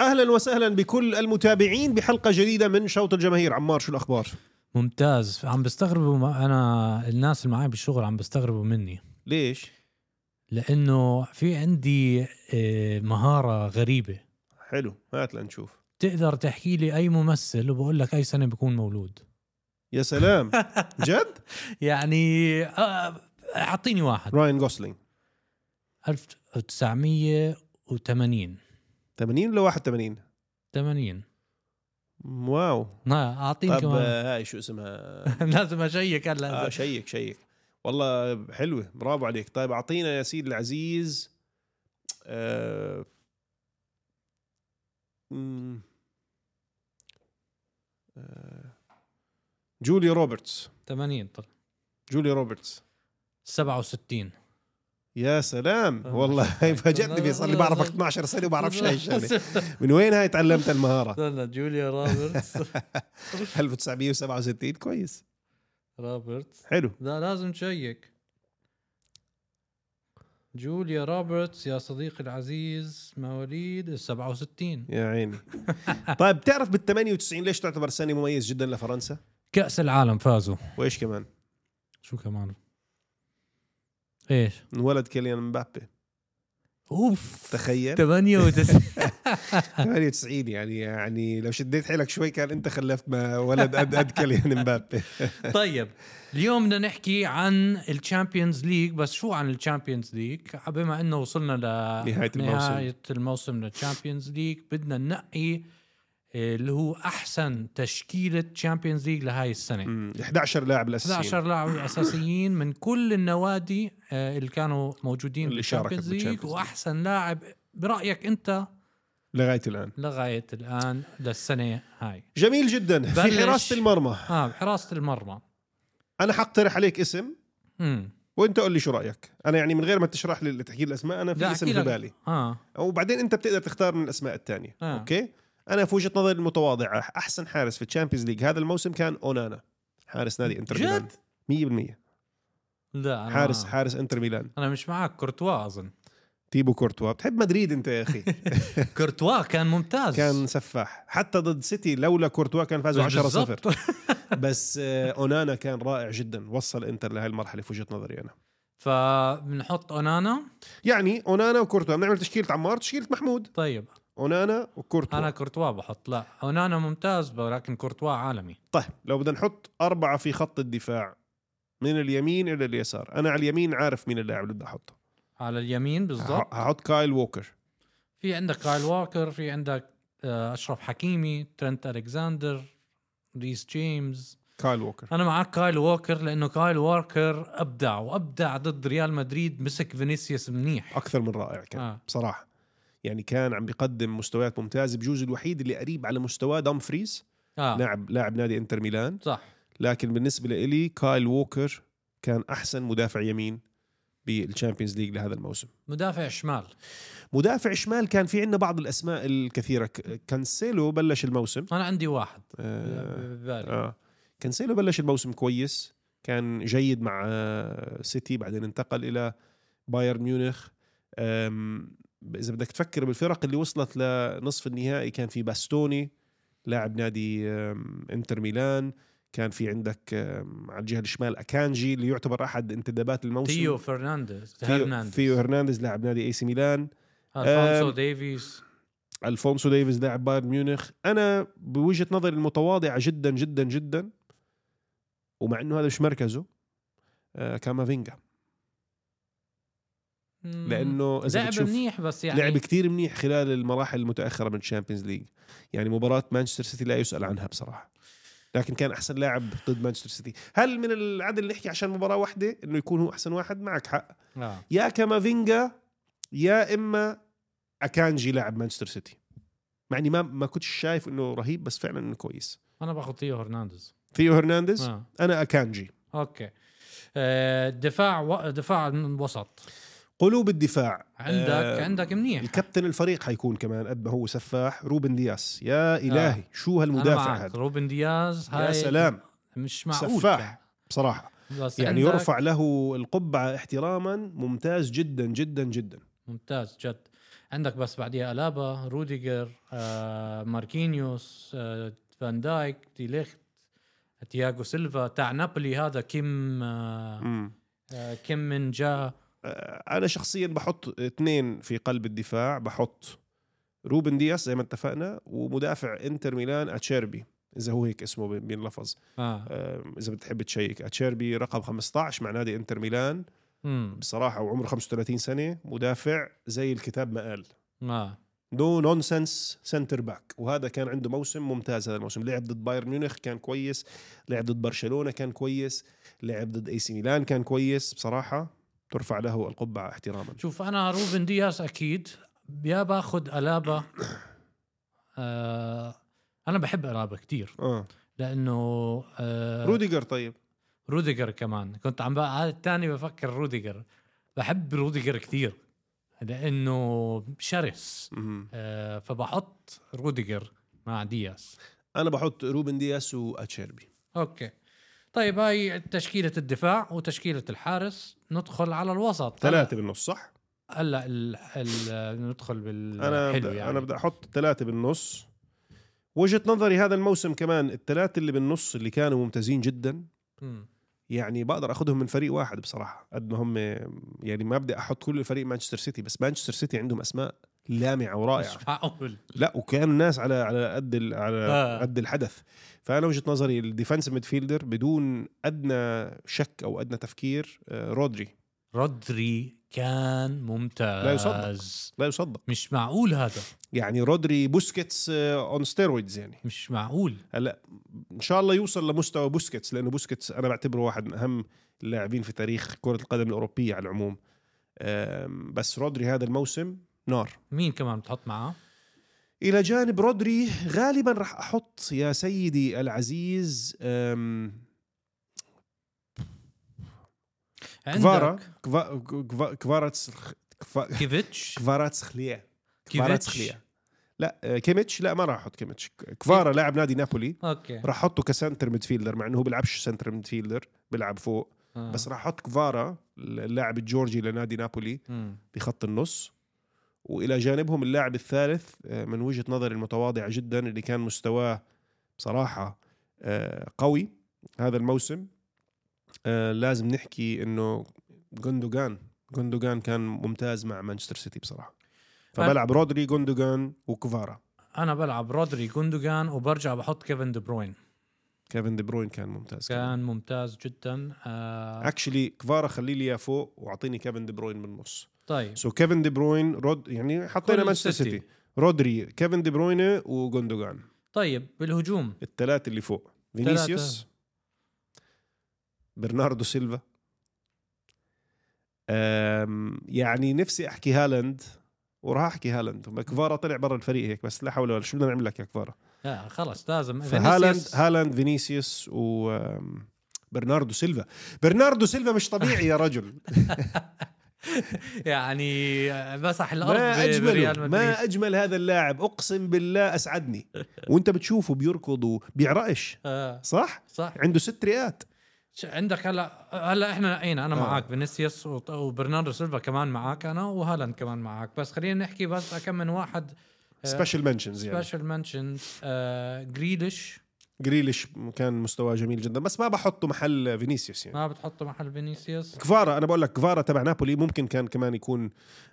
اهلا وسهلا بكل المتابعين بحلقه جديده من شوط الجماهير عمار شو الاخبار ممتاز عم بيستغربوا ما انا الناس اللي معي بالشغل عم بيستغربوا مني ليش لانه في عندي آه، مهاره غريبه حلو هات لنشوف تقدر تحكي لي اي ممثل وبقول لك اي سنه بيكون مولود يا سلام جد يعني آه، اعطيني واحد راين جوسلينج 1980 80 ولا 81 80 واو ها اعطيني طب كمان آه، هاي شو اسمها لازم اشيك هلا آه شيك شيك والله حلوه برافو عليك طيب اعطينا يا سيدي العزيز آه مم، آه، جولي روبرتس 80 طلع جولي روبرتس 67 يا سلام آه. والله هاي فاجأتني صار لي بعرفك 12 سنه وبعرفش هاي الشغله من وين هاي تعلمت المهاره استنى جوليا روبرتس 1967 كويس روبرتس حلو لا لازم تشيك جوليا روبرتس يا صديقي العزيز مواليد ال 67 يا عيني طيب بتعرف بال 98 ليش تعتبر سنه مميز جدا لفرنسا كأس العالم فازوا وايش كمان شو كمان ايش انولد كيليان مبابي اوف تخيل 98 98 يعني يعني لو شديت حيلك شوي كان انت خلفت ما ولد قد قد كيليان مبابي طيب اليوم بدنا نحكي عن الشامبيونز ليج بس شو عن الشامبيونز ليج بما انه وصلنا ل نهاية الموسم. نهاية الموسم للشامبيونز ليج بدنا ننقي آه، اللي هو احسن تشكيله تشامبيونز ليج لهاي السنه أمم، 11 لاعب الاساسيين 11 لاعب الاساسيين من كل النوادي آه، اللي كانوا موجودين اللي شاركت بالشامبيونز بالشامبيونز ليج ليج. واحسن لاعب برايك انت لغايه الان لغايه الان للسنه هاي جميل جدا بلش. في حراسه المرمى اه حراسه المرمى انا حقترح عليك اسم امم وانت قول لي شو رايك انا يعني من غير ما تشرح لي تحكي لي الاسماء انا بدي في أحكي اسم في لك- بالي اه وبعدين انت بتقدر تختار من الاسماء الثانيه آه. اوكي انا في وجهه نظري المتواضعه احسن حارس في الشامبيونز ليج هذا الموسم كان اونانا حارس نادي انتر جد؟ آه. ميلان 100% لا أنا حارس حارس انتر ميلان انا مش معك كورتوا اظن تيبو كورتوا بتحب مدريد انت يا اخي كورتوا كان ممتاز كان سفاح حتى ضد سيتي لولا كورتوا كان فازوا 10 بالضبط. 0 بس آه، اونانا كان رائع جدا وصل انتر لهي المرحله في وجهه نظري انا فبنحط اونانا يعني اونانا وكورتوا بنعمل تشكيله عمار تشكيله محمود طيب اونانا وكورتوا انا كورتوا بحط لا اونانا ممتاز ولكن كورتوا عالمي طيب لو بدنا نحط أربعة في خط الدفاع من اليمين إلى اليسار أنا على اليمين عارف مين اللاعب اللي بدي أحطه على اليمين بالضبط ه- هحط كايل ووكر في عندك كايل واكر في عندك آه، اشرف حكيمي ترنت الكساندر ريس جيمس كايل ووكر انا معك كايل ووكر لانه كايل ووكر ابدع وابدع ضد ريال مدريد مسك فينيسيوس منيح أكثر من رائع كان آه. بصراحة يعني كان عم بيقدم مستويات ممتازة بجوز الوحيد اللي قريب على مستواه دامفريز اه لاعب لاعب نادي انتر ميلان صح لكن بالنسبة لإلي كايل ووكر كان أحسن مدافع يمين بالشامبيونز ليج لهذا الموسم مدافع شمال مدافع شمال كان في عندنا بعض الأسماء الكثيرة ك- كانسيلو بلش الموسم انا عندي واحد آه، ببالي اه كانسيلو بلش الموسم كويس كان جيد مع آه، سيتي بعدين انتقل الى بايرن ميونخ آم، اذا بدك تفكر بالفرق اللي وصلت لنصف النهائي كان في باستوني لاعب نادي آم، انتر ميلان كان في عندك آم، على الجهه الشمال اكانجي اللي يعتبر احد انتدابات الموسم تيو فرنانديز ثيو, هرنانديز ثيو هرنانديز لاعب نادي اي سي ميلان الفونسو آم، ديفيز الفونسو ديفيز لاعب بايرن ميونخ انا بوجهه نظري المتواضعه جدا جدا جدا ومع انه هذا مش مركزه آه، كامافينجا مم. لانه اذا لعب بتشوف منيح بس يعني لعب كثير منيح خلال المراحل المتاخره من الشامبيونز ليج يعني مباراه مانشستر سيتي لا يسال عنها بصراحه لكن كان احسن لاعب ضد مانشستر سيتي هل من العدل نحكي عشان مباراه واحده انه يكون هو احسن واحد معك حق آه. يا كامافينجا يا اما اكانجي لاعب مانشستر سيتي مع اني ما ما كنتش شايف انه رهيب بس فعلا انه كويس انا باخذ تيو هرنانديز ثيو هرنانديز آه. انا اكانجي اوكي آه، دفاع و... دفاع من وسط قلوب الدفاع آه، عندك عندك منيح الكابتن الفريق حيكون كمان قد ما هو سفاح روبن دياس يا الهي شو هالمدافع آه. أنا معك. هذا روبن دياز يا هاي سلام مش معقول سفاح بصراحه كان. بس يعني عندك- يرفع له القبعه احتراما ممتاز جدا جدا جدا ممتاز جد عندك بس بعديها الابا روديجر آه، ماركينيوس آه، فان دايك دي ليخت تياغو سيلفا تاع نابولي هذا كيم آه، مم. آه، كيم من جا آه، انا شخصيا بحط اثنين في قلب الدفاع بحط روبن دياس زي ما اتفقنا ومدافع انتر ميلان اتشيربي اذا هو هيك اسمه بي- بينلفظ اه آه، اذا بتحب تشيك اتشيربي رقم 15 مع نادي انتر ميلان امم بصراحه وعمره 35 سنه مدافع زي الكتاب ما قال اه نو نونسنس سنتر باك وهذا كان عنده موسم ممتاز هذا الموسم لعب ضد بايرن ميونخ كان كويس لعب ضد برشلونه كان كويس لعب ضد اي سي ميلان كان كويس بصراحه ترفع له القبعه احتراما شوف انا روبن دياس اكيد يا باخذ الابا آه انا بحب الابا كتير اه لانه آه روديجر طيب روديجر كمان كنت عم بقى على الثاني بفكر روديجر بحب روديجر كثير لانه شرس مهم. آه، فبحط روديجر مع دياس انا بحط روبن دياس واتشيربي اوكي طيب هاي تشكيلة الدفاع وتشكيلة الحارس ندخل على الوسط ثلاثه بالنص صح هلا ال- ال- ندخل انا بالحلو بدأ يعني انا بدي احط ثلاثه بالنص وجهه نظري هذا الموسم كمان الثلاثه اللي بالنص اللي كانوا ممتازين جدا مم. يعني بقدر اخذهم من فريق واحد بصراحه قد ما هم يعني ما بدي احط كل الفريق مانشستر سيتي بس مانشستر سيتي عندهم اسماء لامعه ورائعه مش معقول لا وكانوا الناس على على قد ال- على آه. قد الحدث فانا وجهه نظري الديفنس ميدفيلدر بدون ادنى شك او ادنى تفكير آه، رودري رودري كان ممتاز يصدق. لا يصدق مش معقول هذا يعني رودري بوسكيتس اون ستيرويدز يعني مش معقول ان شاء الله يوصل لمستوى بوسكيتس لانه بوسكيتس انا بعتبره واحد من اهم اللاعبين في تاريخ كره القدم الاوروبيه على العموم آم، بس رودري هذا الموسم نار مين كمان بتحط معاه؟ الى جانب رودري غالبا راح احط يا سيدي العزيز آم، كفارا عندك كفا- كفا- كفاراتس كفا- كيفيتش كفاراتس خليا كفاراتس كيفيتش خليا لا آه، كيميتش لا ما راح احط كيميتش كفارا لاعب نادي نابولي اوكي راح احطه كسنتر ميدفيلدر مع انه هو بيلعبش سنتر ميدفيلدر بيلعب فوق آه. بس راح احط كفارا اللاعب الجورجي لنادي نابولي مم. بخط النص والى جانبهم اللاعب الثالث آه، من وجهه نظري المتواضعه جدا اللي كان مستواه بصراحه آه، قوي هذا الموسم آه، لازم نحكي انه جوندوجان جوندوجان كان ممتاز مع مانشستر سيتي بصراحه فبلعب رودري جوندوجان وكفارا انا بلعب رودري جوندوجان وبرجع بحط كيفن دي بروين كيفن دي بروين كان ممتاز كان ممتاز جدا آه اكشلي كفارا خليه لي اياه فوق واعطيني كيفن دي بروين بالنص طيب سو كيفن دي بروين رود يعني حطينا كل مانشستر السيتي. سيتي رودري كيفن دي بروين وجوندوجان طيب بالهجوم الثلاثة اللي فوق الثلاثة. فينيسيوس برناردو سيلفا أم، يعني نفسي احكي هالاند وراح احكي هالاند كفارا طلع برا الفريق هيك بس لا حول ولا شو بدنا نعمل لك يا كفارا لا خلص لازم فهالاند فينيسيوس- هالاند فينيسيوس و أم، برناردو سيلفا برناردو سيلفا مش طبيعي يا رجل يعني مسح الارض ب- ما بريال اجمل مدريد ما اجمل هذا اللاعب اقسم بالله اسعدني وانت بتشوفه بيركض وبيعرقش آه صح صح عنده ست رئات ش- عندك هلا هلا احنا نقينا انا آه. معك فينيسيوس وط- وبرناردو سيلفا كمان معك انا وهالاند كمان معك بس خلينا نحكي بس كم من واحد آه، سبيشال منشنز يعني سبيشال منشن آه، جريليش جريليش كان مستواه جميل جدا بس ما بحطه محل فينيسيوس يعني ما بتحطه محل فينيسيوس كفارا انا بقول لك كفارا تبع نابولي ممكن كان كمان يكون من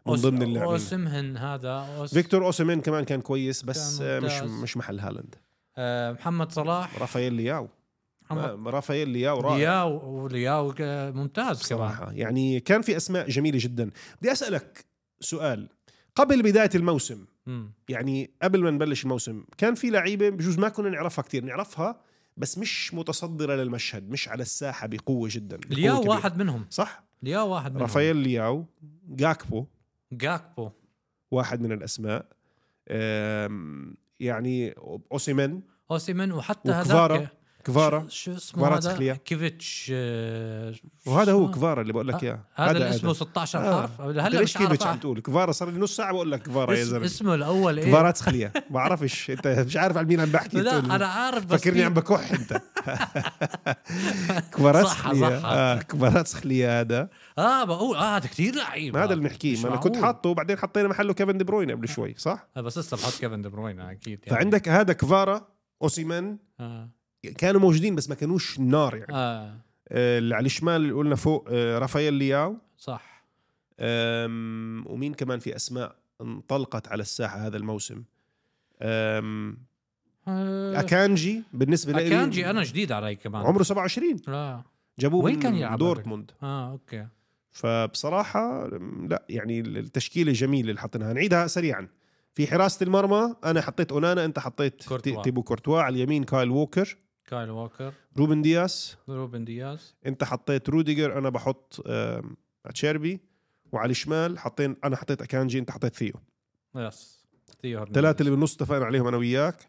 أوس- ضمن اللاعبين اوسمهن هذا أوس فيكتور اوسيمين كمان كان كويس بس كان آه، مش ممتاز. مش محل هالاند آه محمد صلاح رافائيل لياو محمد آه، رافائيل لياو رائع لياو ولياو آه، ممتاز كمان بصراحه يعني كان في اسماء جميله جدا بدي اسالك سؤال قبل بدايه الموسم مم. يعني قبل ما نبلش الموسم كان في لعيبه بجوز ما كنا نعرفها كتير نعرفها بس مش متصدره للمشهد مش على الساحه بقوه جدا بقوة لياو كبيرة. واحد نعم. منهم صح لياو واحد منهم رافائيل لياو جاكبو جاكبو واحد من الاسماء أم، يعني اوسيمن اوسيمن وحتى وكفارا. هذاك كفارا شو- شو اسمه كفارا هذا تخليع. كيفيتش آه، شو وهذا هو اسمه؟ كفارا اللي بقول لك آه، اياه هذا اللي اسمه 16 آه. حرف هلا هلا ايش مش كيفيتش عارف عم أح- تقول كفارا صار لي نص ساعه بقول لك كفارا يا اسم- زلمه اسمه الاول ايه كفارا تخليع بعرفش انت مش عارف على مين عم بحكي لا تقول- انا عارف بس فكرني في- عم بكح انت كفارات صح، خليه صح. اه كفارات خليه هذا اه بقول اه هذا كثير لعيب ما هذا اللي آه، بنحكيه مش ما انا كنت معقول. حاطه وبعدين حطينا محله كيفن دي بروين قبل شوي صح آه، بس لسه بحط كيفن دي بروين اكيد يعني. فعندك هذا كفارا اوسيمان اه كانوا موجودين بس ما كانوش نار يعني اه آه، اللي على الشمال اللي قلنا فوق آه، رافائيل لياو صح أم، ومين كمان في اسماء انطلقت على الساحه هذا الموسم أم، آه، اكانجي بالنسبه لي اكانجي انا جديد علي كمان عمره 27 لا جابوه وين من كان يلعب دورتموند اه اوكي فبصراحه أم، لا يعني التشكيله جميله اللي حطيناها نعيدها سريعا في حراسه المرمى انا حطيت اونانا انت حطيت كورتوا. تي- تيبو كورتوا على اليمين كايل ووكر كايل ووكر روبن دياس روبن دياز انت حطيت روديجر انا بحط أم، تشيربي وعلى الشمال حطين انا حطيت اكانجي انت حطيت ثيو يس ثيو هرنانديز. الثلاثة اللي بالنص اتفقنا عليهم أنا وياك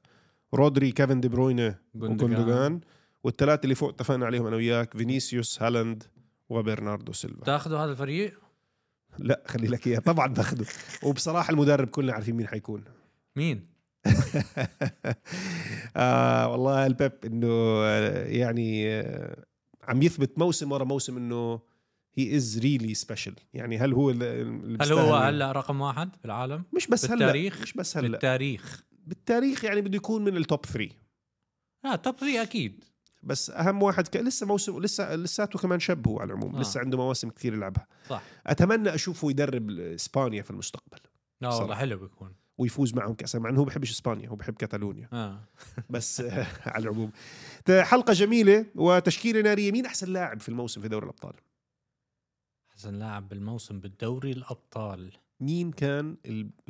رودري كيفن دي بروينة جوندوجان. وكوندوغان والثلاثة اللي فوق اتفقنا عليهم أنا وياك فينيسيوس هالاند وبرناردو سيلفا تاخذوا هذا الفريق لا خلي لك إياه طبعا باخده وبصراحة المدرب كلنا عارفين مين حيكون مين؟ آه والله البيب إنه آه، يعني آه، عم يثبت موسم ورا موسم إنه هي از ريلي سبيشل يعني هل هو ال- اللي هل هو بيستاهل؟ هلا رقم واحد بالعالم؟ مش بس هلا بالتاريخ؟ مش بس هلا بالتاريخ بالتاريخ يعني بده يكون من التوب 3 لا توب 3 اكيد بس اهم واحد ك... لسه موسم لسه لساته كمان شاب هو على العموم آه. آه. لسه عنده مواسم كثير يلعبها صح اتمنى اشوفه يدرب اسبانيا في المستقبل لا والله بصراحة. حلو بيكون ويفوز معهم كاس مع انه هو بحبش اسبانيا هو بحب كاتالونيا اه بس على العموم ت- حلقه جميله وتشكيله ناريه مين احسن لاعب في الموسم في دوري الابطال احسن لاعب بالموسم بالدوري الابطال مين كان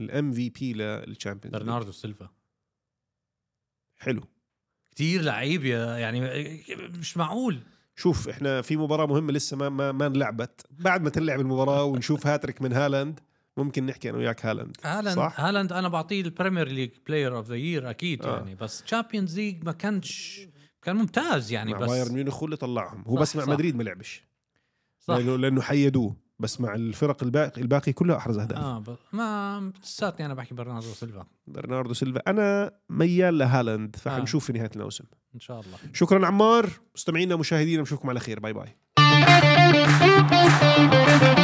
الام في بي للتشامبيونز ليج؟ برناردو سيلفا حلو كثير لعيب يا- يعني مش معقول شوف احنا في مباراه مهمه لسه ما ما, ما انلعبت بعد ما تنلعب المباراه ونشوف هاتريك من هالاند ممكن نحكي انا وياك هالاند هالاند صح؟ هالاند انا بعطيه البريمير ليج بلاير اوف ذا يير اكيد آه. يعني بس تشامبيونز ليج ما كانش كان ممتاز يعني مع بس بايرن ميونخ هو اللي طلعهم هو صح، بس مع صح. مدريد ما لعبش صح لانه لانه حيدوه بس مع الفرق الباقي الباقي كلها احرز اهداف آه. اه ب... ما لساتني انا بحكي برناردو سيلفا برناردو سيلفا انا ميال لهالاند آه. فحنشوف في نهايه الموسم ان شاء الله شكرا عمار مستمعينا ومشاهدينا بنشوفكم على خير باي باي